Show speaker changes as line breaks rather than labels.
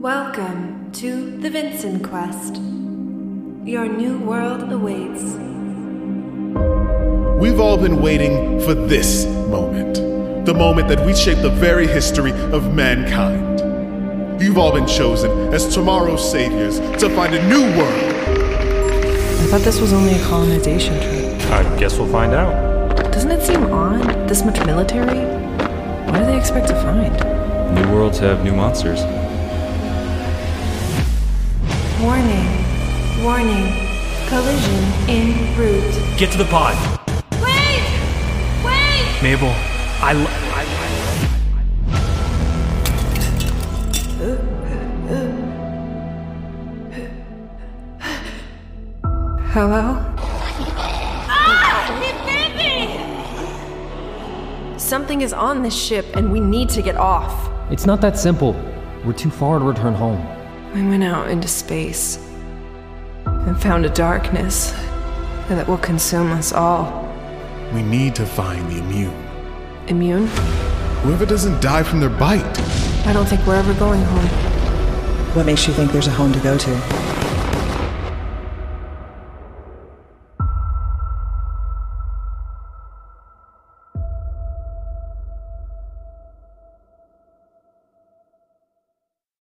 Welcome to the Vincent Quest. Your new world awaits.
We've all been waiting for this moment. The moment that we shape the very history of mankind. You've all been chosen as tomorrow's saviors to find a new world.
I thought this was only a colonization trip.
I guess we'll find out.
Doesn't it seem odd? This much military? What do they expect to find?
New worlds have new monsters.
Warning, warning, collision en route.
Get to the pod.
Wait! Wait!
Mabel, I, lo- I
Hello?
Ah! It bit me!
Something is on this ship and we need to get off.
It's not that simple. We're too far to return home.
We went out into space and found a darkness that will consume us all.
We need to find the immune.
Immune?
Whoever doesn't die from their bite.
I don't think we're ever going home.
What makes you think there's a home to go to?